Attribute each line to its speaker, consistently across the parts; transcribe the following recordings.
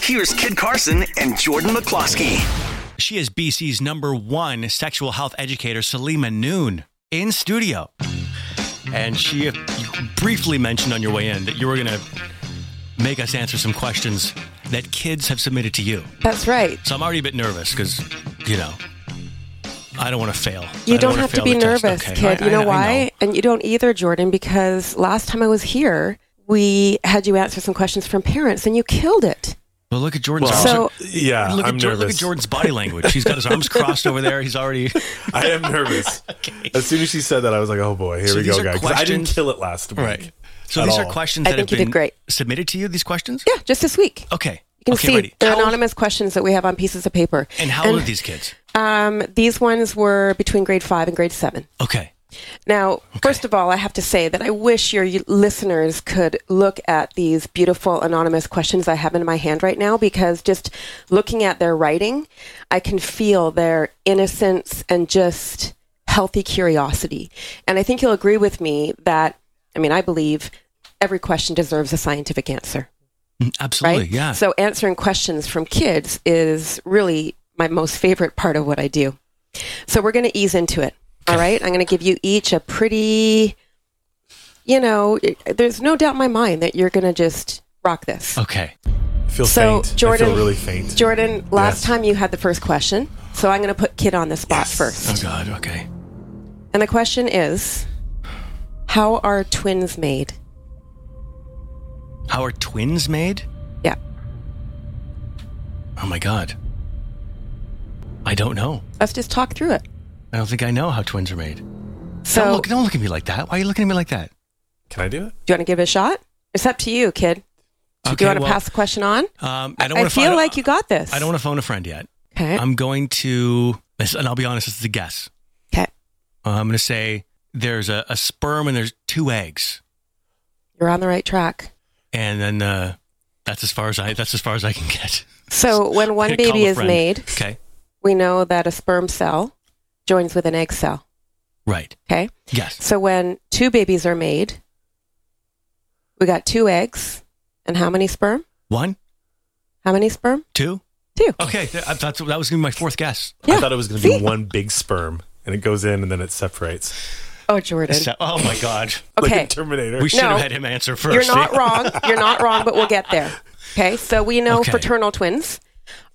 Speaker 1: Here's Kid Carson and Jordan McCloskey.
Speaker 2: She is BC's number one sexual health educator, Selima Noon, in studio. And she you briefly mentioned on your way in that you were going to make us answer some questions that kids have submitted to you.
Speaker 3: That's right.
Speaker 2: So I'm already a bit nervous because, you know, I don't want to fail.
Speaker 3: You
Speaker 2: I
Speaker 3: don't,
Speaker 2: wanna
Speaker 3: have to
Speaker 2: fail
Speaker 3: be
Speaker 2: the test.
Speaker 3: nervous,
Speaker 2: Okay.
Speaker 3: kid.
Speaker 2: I-
Speaker 3: you know
Speaker 2: I- I
Speaker 3: why? And you don't either, Jordan, because last time I was here, we had you answer some questions from parents and you killed it.
Speaker 2: Well, look at Jordan's arms.
Speaker 3: So-
Speaker 4: Yeah,
Speaker 2: look, at
Speaker 4: I'm
Speaker 2: Jor- look at
Speaker 4: nervous.
Speaker 2: Jordan's body language. He's got his arms crossed over there. He's already.
Speaker 4: I am nervous. As soon as she said that, I was like, "Oh boy, here
Speaker 2: So
Speaker 4: we
Speaker 2: these
Speaker 4: go,
Speaker 2: are
Speaker 4: guys." 'Cause I didn't
Speaker 2: questions-
Speaker 4: kill it last week.
Speaker 2: Right. So
Speaker 4: At
Speaker 2: these are
Speaker 4: all.
Speaker 2: questions
Speaker 3: I
Speaker 2: that have
Speaker 3: think you did
Speaker 2: been
Speaker 3: great.
Speaker 2: submitted to you, these questions?
Speaker 3: Yeah, just this week.
Speaker 2: Okay.
Speaker 3: You
Speaker 2: Oh,
Speaker 3: can
Speaker 2: okay,
Speaker 3: see
Speaker 2: ready.
Speaker 3: they're
Speaker 2: How-
Speaker 3: anonymous questions that we have on pieces of paper.
Speaker 2: And how old are these kids?
Speaker 3: Um, these ones were between grade five and grade seven.
Speaker 2: Okay.
Speaker 3: Now, first of all, I have to say that I wish your y- listeners could look at these beautiful anonymous questions I have in my hand right now because just looking at their writing, I can feel their innocence and just healthy curiosity. And I think you'll agree with me that, I mean, I believe every question deserves a scientific answer
Speaker 2: Mm, Absolutely.
Speaker 3: right?
Speaker 2: Yeah.
Speaker 3: So answering questions from kids is really my most favorite part of what I do. So we're going to ease into it. All right. I'm going to give you each a pretty, you know, it- there's no doubt in my mind that you're going to just rock this.
Speaker 2: okay.
Speaker 4: I feel
Speaker 3: So,
Speaker 4: faint.
Speaker 3: Jordan-
Speaker 4: I feel really faint.
Speaker 3: Jordan, last
Speaker 4: Yes.
Speaker 3: time you had the first question. So I'm going to put kid on the spot
Speaker 4: Yes.
Speaker 2: Oh,
Speaker 3: first.
Speaker 2: God. Okay.
Speaker 3: And the question is How are twins made?
Speaker 2: How are twins made?
Speaker 3: Yeah.
Speaker 2: Oh, my God. I don't know.
Speaker 3: Let's just talk through it.
Speaker 2: I don't think I know how twins are made.
Speaker 3: So,
Speaker 2: don't, look, don't look at me like that. Why are you looking at me like that?
Speaker 4: Can I do it?
Speaker 3: do you want to give it a shot? It's up to you, kid. do
Speaker 2: Okay,
Speaker 3: you want to
Speaker 2: well,
Speaker 3: pass the question on?
Speaker 2: Um, I don't
Speaker 3: I
Speaker 2: want to
Speaker 3: feel like you got this.
Speaker 2: I don't want to phone a friend yet.
Speaker 3: Okay.
Speaker 2: I'm going to, this- and I'll be honest, this is a guess.
Speaker 3: okay.
Speaker 2: Uh, I'm going to say there's a, a sperm and there's two eggs,
Speaker 3: You're on the right track.
Speaker 2: and then uh, that's as far as I that's as far as I can get.
Speaker 3: So when one
Speaker 2: Call
Speaker 3: baby
Speaker 2: a
Speaker 3: is
Speaker 2: friend.
Speaker 3: made,
Speaker 2: Okay,
Speaker 3: we know that a sperm cell joins with an egg cell.
Speaker 2: right.
Speaker 3: Okay.
Speaker 2: Yes,
Speaker 3: So when two babies are made, we got two eggs and how many sperm?
Speaker 2: one,
Speaker 3: How many sperm?
Speaker 2: two.
Speaker 3: Two.
Speaker 2: Okay, th- I- that's that was gonna be my fourth guess.
Speaker 3: Yeah.
Speaker 4: I thought it was going to be
Speaker 3: See?
Speaker 4: one big sperm, and it goes in, and then it separates.
Speaker 3: Oh, Jordan.
Speaker 2: So- oh my god,
Speaker 3: Okay.
Speaker 4: Like a Terminator.
Speaker 2: we should
Speaker 3: No.
Speaker 2: have had him answer first.
Speaker 3: You're not
Speaker 2: eh?
Speaker 3: wrong. You're not wrong, but we'll get there. Okay. So we know
Speaker 2: Okay.
Speaker 3: fraternal twins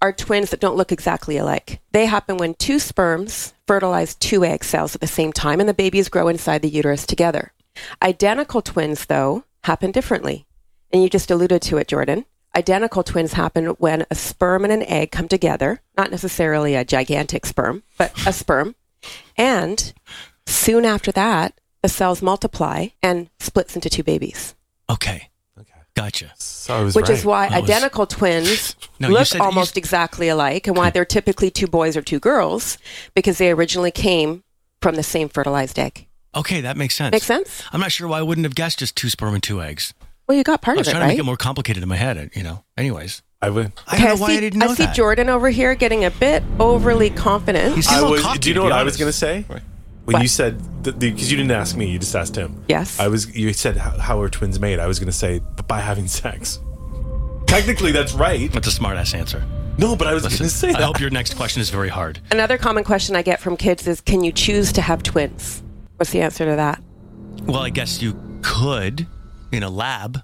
Speaker 3: are twins that don't look exactly alike. They happen when two sperms fertilize two egg cells at the same time and the babies grow inside the uterus together. Identical twins, though, happen differently. And you just alluded to it, Jordan. Identical twins happen when a sperm and an egg come together, not necessarily a gigantic sperm, but a sperm. And soon after that, the cells multiply and splits into two babies
Speaker 2: Okay,
Speaker 4: okay.
Speaker 2: gotcha.
Speaker 4: So I was
Speaker 3: which
Speaker 4: right.
Speaker 3: is why
Speaker 2: I was-
Speaker 3: identical twins
Speaker 2: No, you
Speaker 3: look
Speaker 2: said- you
Speaker 3: almost
Speaker 2: said-
Speaker 3: exactly alike and why they're typically two boys or two girls because they originally came from the same fertilized egg.
Speaker 2: Okay, that makes sense.
Speaker 3: Make sense?
Speaker 2: I'm not sure why I wouldn't have guessed just two sperm and two eggs.
Speaker 3: Well, you got part
Speaker 2: I
Speaker 3: of
Speaker 2: was
Speaker 3: it,
Speaker 2: trying to
Speaker 3: right?
Speaker 2: make it more complicated in my head. You know. Anyways,
Speaker 4: I
Speaker 2: I
Speaker 4: would.
Speaker 2: don't know
Speaker 3: Okay,
Speaker 2: why
Speaker 3: see,
Speaker 2: I didn't know
Speaker 3: I see
Speaker 2: that.
Speaker 3: Jordan over here getting a bit overly confident.
Speaker 2: He's getting
Speaker 4: I
Speaker 2: a little
Speaker 4: was.
Speaker 2: cocky,
Speaker 4: do you
Speaker 2: to
Speaker 4: know
Speaker 2: be
Speaker 4: what I was
Speaker 2: honest.
Speaker 4: going to say? When
Speaker 3: What?
Speaker 4: you said because you didn't ask me, you just asked him.
Speaker 3: Yes.
Speaker 4: I was. You said how, how are twins made? I was going to say by having sex. Technically, that's right.
Speaker 2: That's a smart ass answer.
Speaker 4: No, but I was going
Speaker 2: Listen,
Speaker 4: to say that.
Speaker 2: I hope your next question is very hard.
Speaker 3: Another common question I get from kids is can you choose to have twins? What's the answer to that?
Speaker 2: Well, I guess you could in a lab,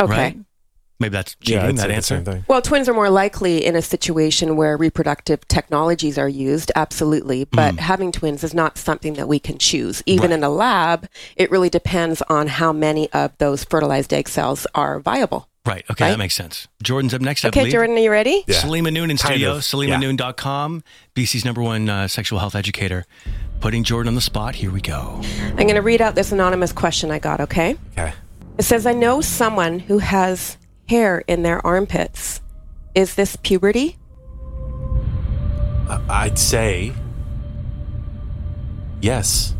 Speaker 3: Okay.
Speaker 2: right? Maybe that's cheating.
Speaker 4: yeah, I'd say
Speaker 2: that
Speaker 4: the
Speaker 2: answer.
Speaker 4: same thing.
Speaker 3: Well, twins are more likely in a situation where reproductive technologies are used, absolutely. But having twins is not something that we can choose. Even
Speaker 2: Right.
Speaker 3: in a lab, it really depends on how many of those fertilized egg cells are viable.
Speaker 2: Right. Okay,
Speaker 3: Right?
Speaker 2: that makes sense. Jordan's up next. I
Speaker 3: Okay,
Speaker 2: believe.
Speaker 3: Jordan, are you ready?
Speaker 4: Yeah.
Speaker 2: Salima Noon in
Speaker 4: Kind
Speaker 2: studio.
Speaker 4: of,
Speaker 2: SalimaNoon.com. BC's number one uh, sexual health educator. Putting Jordan on the spot. Here we go.
Speaker 3: I'm going to read out this anonymous question I got, okay?
Speaker 4: Okay.
Speaker 3: It says, I know someone who has hair in their armpits. Is this puberty?
Speaker 4: I- Uh, I'd say yes,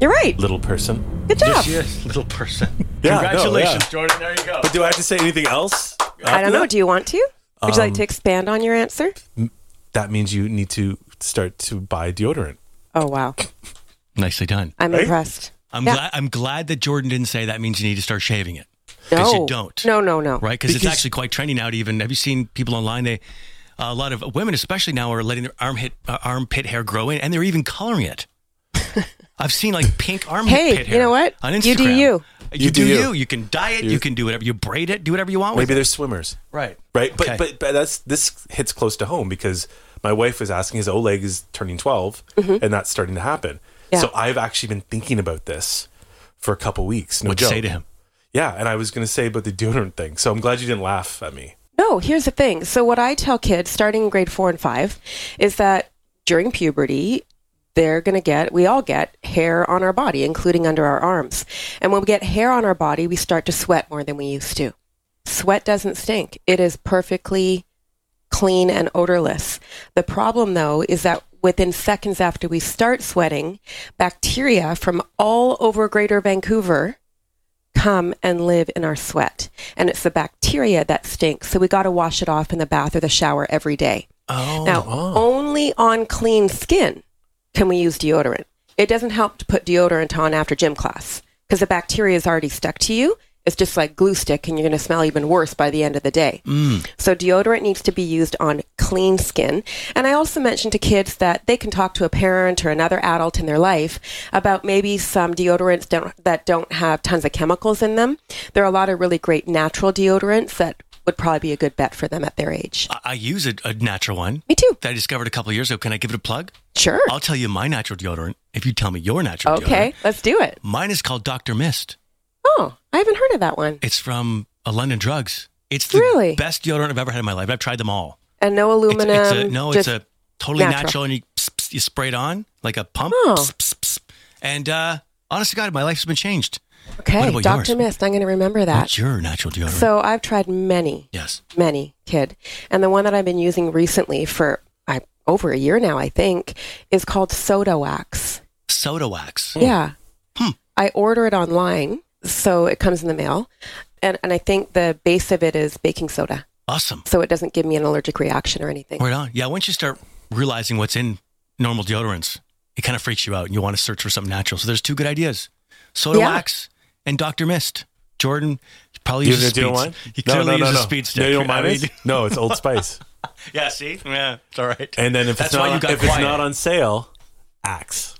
Speaker 3: You're right.
Speaker 4: little person.
Speaker 3: Good job.
Speaker 2: is, little person.
Speaker 4: Yeah, no,
Speaker 2: Congratulations,
Speaker 4: yeah.
Speaker 2: Jordan. There you go.
Speaker 4: But do I have to say anything else?
Speaker 3: I don't know. Do you want to? Would you like to expand on your answer?
Speaker 4: That means you need to start to buy deodorant.
Speaker 3: Oh, wow.
Speaker 2: Nicely done.
Speaker 3: I'm
Speaker 4: Right?
Speaker 3: impressed.
Speaker 2: I'm
Speaker 3: Yeah.
Speaker 2: glad. I'm glad that Jordan didn't say that means you need to start shaving it. because
Speaker 3: No.
Speaker 2: you don't.
Speaker 3: No, no, no.
Speaker 2: Right? Because it's
Speaker 4: Because-
Speaker 2: actually quite trendy now to even. Have you seen people online? They a lot of women, especially now, are letting their arm hit, uh, armpit hair grow in, and they're even coloring it. I've seen like pink armpit
Speaker 3: Hey,
Speaker 2: hair.
Speaker 3: you know what?
Speaker 2: On Instagram,
Speaker 3: You do you.
Speaker 2: You, do, you. you. can dye it. You,
Speaker 4: You-
Speaker 2: can do whatever. You braid it. Do whatever
Speaker 3: Oh,
Speaker 2: you want with
Speaker 4: Maybe
Speaker 2: it.
Speaker 4: they're swimmers.
Speaker 2: Right.
Speaker 4: Right. But,
Speaker 2: Okay.
Speaker 4: but but that's this hits close to home because my wife was asking his Oleg is turning 12 and that's starting to happen.
Speaker 3: Mm-hmm. Yeah.
Speaker 4: So I've actually been thinking about this for a couple weeks. No
Speaker 2: What you
Speaker 4: joke.
Speaker 2: say to him?
Speaker 4: Yeah, and I was going to say about the deodorant thing. So I'm glad you didn't laugh at me.
Speaker 3: No, here's the thing. So what I tell kids starting in grade 4 and 5 is that during puberty, they're going to get we all get hair on our body including under our arms. And when we get hair on our body, we start to sweat more than we used to. Sweat doesn't stink. It is perfectly clean and odorless. The problem though is that within seconds after we start sweating, bacteria from all over greater Vancouver come and live in our sweat. And it's the bacteria that stinks. So we got to wash it off in the bath or the shower every day.
Speaker 2: Oh,
Speaker 3: now, only on clean skin can we use deodorant. It doesn't help to put deodorant on after gym class because the bacteria is already stuck to you. It's just like glue stick, and you're going to smell even worse by the end of the day.
Speaker 2: Mm.
Speaker 3: So, deodorant needs to be used on clean skin. And I also mentioned to kids that they can talk to a parent or another adult in their life about maybe some deodorants don't, that don't have tons of chemicals in them. There are a lot of really great natural deodorants that would probably be a good bet for them at their age.
Speaker 2: I, I use a, a natural one
Speaker 3: Me too.
Speaker 2: that I discovered a couple of years ago. Can I give it a plug?
Speaker 3: Sure.
Speaker 2: I'll tell you my natural deodorant if you tell me your natural
Speaker 3: Okay,
Speaker 2: deodorant.
Speaker 3: let's do it.
Speaker 2: Mine is called Dr. Mist.
Speaker 3: Oh, I haven't heard of that one.
Speaker 2: It's from uh, London Drugs. It's the
Speaker 3: Really?
Speaker 2: best deodorant I've ever had in my life. I've tried them all.
Speaker 3: And no
Speaker 2: It's,
Speaker 3: aluminum.
Speaker 2: it's a, no, it's
Speaker 3: just-
Speaker 2: a totally natural,
Speaker 3: natural.
Speaker 2: and you, pss, pss, you spray it on like a pump.
Speaker 3: Oh.
Speaker 2: Pss, pss, pss. And uh, honest to God, my life's been changed. What
Speaker 3: okay.
Speaker 2: about
Speaker 3: Doctor
Speaker 2: yours?
Speaker 3: Mist. I'm going to remember that.
Speaker 2: What's your natural deodorant?
Speaker 3: So I've tried many,
Speaker 2: yes.
Speaker 3: many kid, and the one that I've been using recently for I, over a year now, I think, is called Soda Wax.
Speaker 2: Soda wax.
Speaker 3: Yeah.
Speaker 2: Hmm.
Speaker 3: I order it online, so it comes in the mail, and and I think the base of it is baking soda,
Speaker 2: Awesome.
Speaker 3: so it doesn't give me an allergic reaction or anything.
Speaker 2: Right on. Yeah, once you start realizing what's in normal deodorants, it kind of freaks you out and you want to search for something natural. So there's two good ideas Soda
Speaker 3: Yeah.
Speaker 2: Wax and Dr. Mist. Jordan probably
Speaker 4: You
Speaker 2: uses
Speaker 4: gonna
Speaker 2: speed.
Speaker 4: do one?
Speaker 2: He clearly
Speaker 4: no, no,
Speaker 2: uses
Speaker 4: no.
Speaker 2: speed stick.
Speaker 4: No, you know what mine
Speaker 2: I mean-
Speaker 4: is? No, it's Old Spice.
Speaker 2: Yeah, see? Yeah, it's all right.
Speaker 4: And then if
Speaker 2: That's
Speaker 4: it's
Speaker 2: why
Speaker 4: not
Speaker 2: you got
Speaker 4: if
Speaker 2: quiet.
Speaker 4: it's not on sale, axe.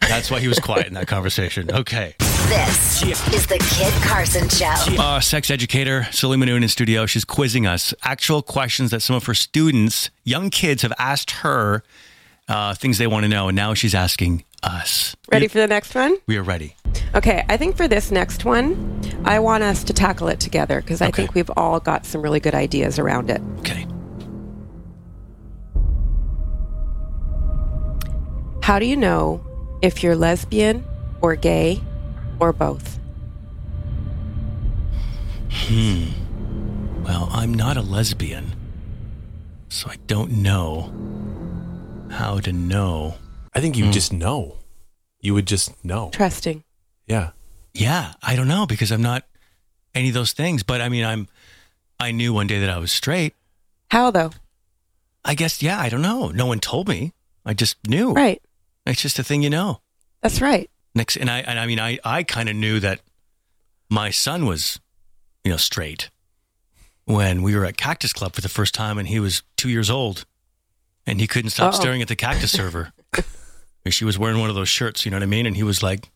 Speaker 2: That's why he was quiet in that conversation. Okay.
Speaker 5: This is the Kid Carson Show.
Speaker 2: Uh, sex educator Sully Manoon in studio. She's quizzing us. Actual questions that some of her students, young kids, have asked her uh, things they want to know. And now she's asking us.
Speaker 3: Ready for the next one?
Speaker 2: We are ready.
Speaker 3: Okay, I think for this next one, I want us to tackle it together because I
Speaker 2: Okay.
Speaker 3: think we've all got some really good ideas around it.
Speaker 2: Okay.
Speaker 3: How do you know if you're lesbian or gay or both?
Speaker 2: Well, I'm not a lesbian, so I don't know how to know.
Speaker 4: I think
Speaker 2: Hmm.
Speaker 4: you just know. You would just know.
Speaker 3: Trusting.
Speaker 4: Yeah.
Speaker 2: Yeah, I don't know because I'm not any of those things. But I mean, I'm. I knew one day that I was straight.
Speaker 3: How though?
Speaker 2: I guess. Yeah, I don't know. No one told me. I just knew.
Speaker 3: Right.
Speaker 2: It's just a thing you know.
Speaker 3: That's right.
Speaker 2: Next, and I and I mean, I I kind of knew that my son was, you know, straight when we were at Cactus Club for the first time, and he was two years old, and he couldn't stop
Speaker 3: Uh-oh.
Speaker 2: staring at the cactus server. And she was wearing one of those shirts, you know what I mean? And he was like,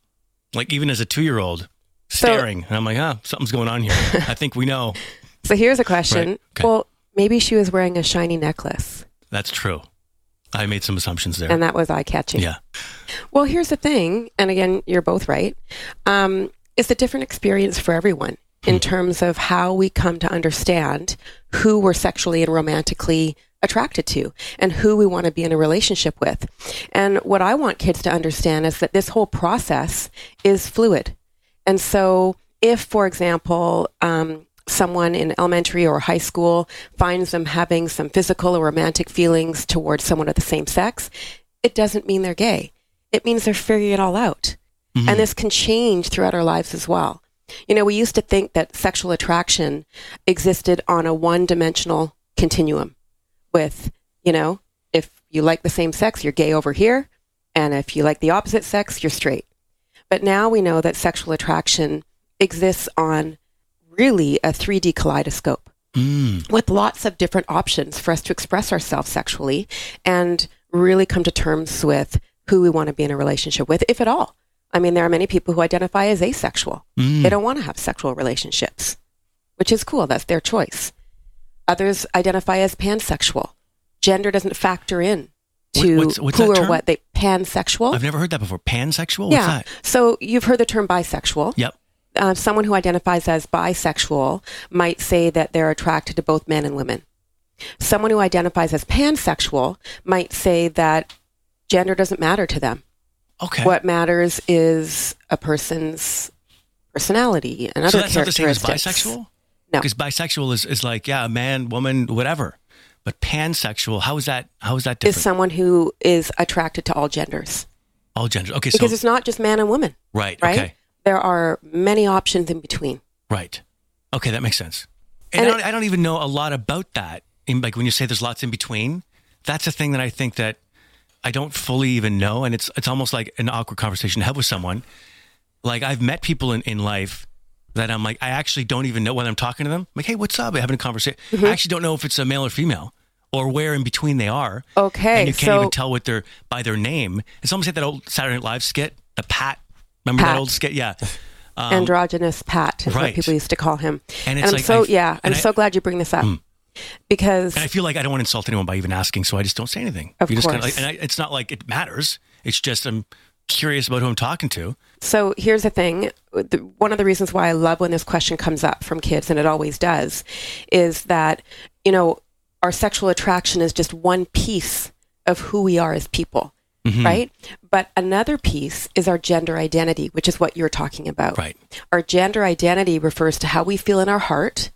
Speaker 2: like even as a two year old,
Speaker 3: So-
Speaker 2: staring. and I'm like, ah, something's going on here. I think we know
Speaker 3: So here's a question.
Speaker 2: Right, okay.
Speaker 3: Well, maybe she was wearing a shiny necklace
Speaker 2: that's true. I made some assumptions there.
Speaker 3: and that was eye catching.
Speaker 2: yeah,
Speaker 3: Well, here's the thing, and again, you're both right. Um, it's a different experience for everyone in terms of how we come to understand who we're sexually and romantically attracted to and who we want to be in a relationship with. And what I want kids to understand is that this whole process is fluid. And so, if, for example, um, someone in elementary or high school finds them having some physical or romantic feelings towards someone of the same sex, it doesn't mean they're gay. It means they're figuring it all out. And this can change throughout our lives as well. You know, we used to think that sexual attraction existed on a one dimensional continuum with, you know, if you like the same sex, you're gay over here. And if you like the opposite sex, you're straight. But now we know that sexual attraction exists on really a 3D kaleidoscope
Speaker 2: Mm,
Speaker 3: with lots of different options for us to express ourselves sexually and really come to terms with who we want to be in a relationship with, if at all. I mean, there are many people who identify as asexual.
Speaker 2: Mm.
Speaker 3: They don't want to have sexual relationships, which is cool. That's their choice. Others identify as pansexual. Gender doesn't factor in
Speaker 2: What-
Speaker 3: to
Speaker 2: what's- what's
Speaker 3: who
Speaker 2: that
Speaker 3: or
Speaker 2: term?
Speaker 3: what they pansexual.
Speaker 2: I've never heard that before. Pansexual?
Speaker 3: Oh. yeah.
Speaker 2: What's that?
Speaker 3: So you've heard the term bisexual
Speaker 2: Yep.
Speaker 3: uh, someone who identifies as bisexual might say that they're attracted to both men and women. Someone who identifies as pansexual might say that gender doesn't matter to them.
Speaker 2: Okay.
Speaker 3: What matters is a person's personality and other
Speaker 2: so that's not the same as
Speaker 3: characteristics.
Speaker 2: bisexual?
Speaker 3: No.
Speaker 2: Because bisexual is, is like, yeah, man, woman, whatever. But pansexual, how is that how is that different?
Speaker 3: Is someone who is attracted to all genders
Speaker 2: All genders. Okay, so
Speaker 3: because it's not just man and woman,
Speaker 2: right,
Speaker 3: right?
Speaker 2: okay.
Speaker 3: There are many options in between.
Speaker 2: Right. Okay, that makes sense. And,
Speaker 3: And
Speaker 2: I, don't, I don't even know a lot about that. In, like when you say there's lots in between, that's a thing that I think that I don't fully even know, and it's it's almost like an awkward conversation to have with someone. Like I've met people in, in life that I'm like I actually don't even know when I'm talking to them. like, hey, what's up? I'm having a conversation.
Speaker 3: Mm-hmm.
Speaker 2: I actually don't know if it's a male or female or where in between they are.
Speaker 3: Okay,
Speaker 2: and you can't
Speaker 3: so-
Speaker 2: even tell what they're by their name. It's almost like that old Saturday Night Live skit, the Pat. Remember
Speaker 3: Pat.
Speaker 2: that old skit? Yeah.
Speaker 3: androgynous Pat is
Speaker 2: Um, right.
Speaker 3: what people used to call him.
Speaker 2: And it's
Speaker 3: I'm
Speaker 2: like
Speaker 3: so
Speaker 2: I've-
Speaker 3: yeah, I'm
Speaker 2: and I- Hmm.
Speaker 3: so glad you bring this up because
Speaker 2: And I feel like I don't want to insult anyone by even asking, so I just don't say anything.
Speaker 3: Of
Speaker 2: You just kinda
Speaker 3: course.
Speaker 2: like- and I, it's not like it matters. It's just I'm curious about who I'm talking to.
Speaker 3: So here's the thing. The- One of the reasons why I love when this question comes up from kids, and it always does, is that, you know, our sexual attraction is just one piece of who we are as people,
Speaker 2: Mm-hmm.
Speaker 3: right? But another piece is our gender identity, which is what you're talking about.
Speaker 2: Right.
Speaker 3: Our gender identity refers to how we feel in our heart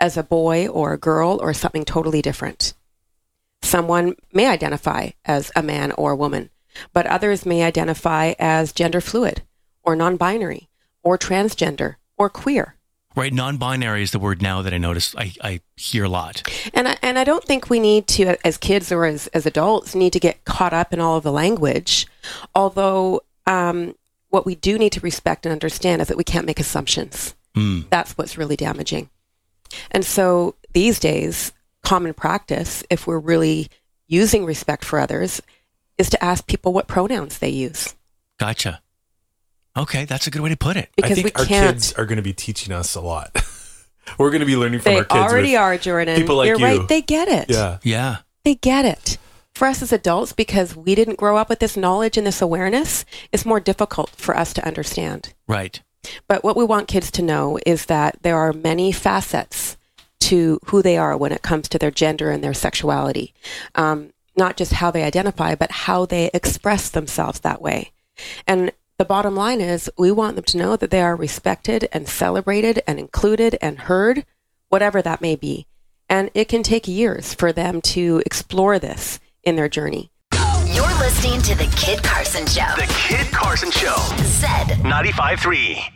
Speaker 3: as a boy or a girl or something totally different. Someone may identify as a man or a woman, but others may identify as gender fluid or non binary or transgender or queer.
Speaker 2: Right? Non binary is the word now that I notice I, I hear a lot.
Speaker 3: And I, and I don't think we need to, as kids or as, as adults, need to get caught up in all of the language. Although, um, what we do need to respect and understand is that we can't make assumptions.
Speaker 4: Hmm.
Speaker 3: That's what's really damaging. And so these days, common practice, if we're really using respect for others, is to ask people what pronouns they use.
Speaker 2: Gotcha. Okay, that's a good way to put it.
Speaker 4: I
Speaker 3: Because
Speaker 4: think
Speaker 3: we
Speaker 4: our
Speaker 3: can't.
Speaker 4: kids are going to be teaching us a lot. We're going to be learning from
Speaker 3: they
Speaker 4: our kids.
Speaker 3: already
Speaker 4: with-
Speaker 3: are, Jordan.
Speaker 4: people like
Speaker 3: You're
Speaker 4: you.
Speaker 3: right. They get it.
Speaker 4: Yeah.
Speaker 2: Yeah.
Speaker 3: they get it. For us as adults, because we didn't grow up with this knowledge and this awareness, it's more difficult for us to understand.
Speaker 2: Right.
Speaker 3: But what we want kids to know is that there are many facets to who they are when it comes to their gender and their sexuality. Um, not just how they identify, but how they express themselves that way. And the bottom line is we want them to know that they are respected and celebrated and included and heard, whatever that may be. And it can take years for them to explore this in their journey.
Speaker 5: You're listening to The Kid Carson Show.
Speaker 1: The Kid Carson Show,
Speaker 5: Zed.
Speaker 1: 95.3.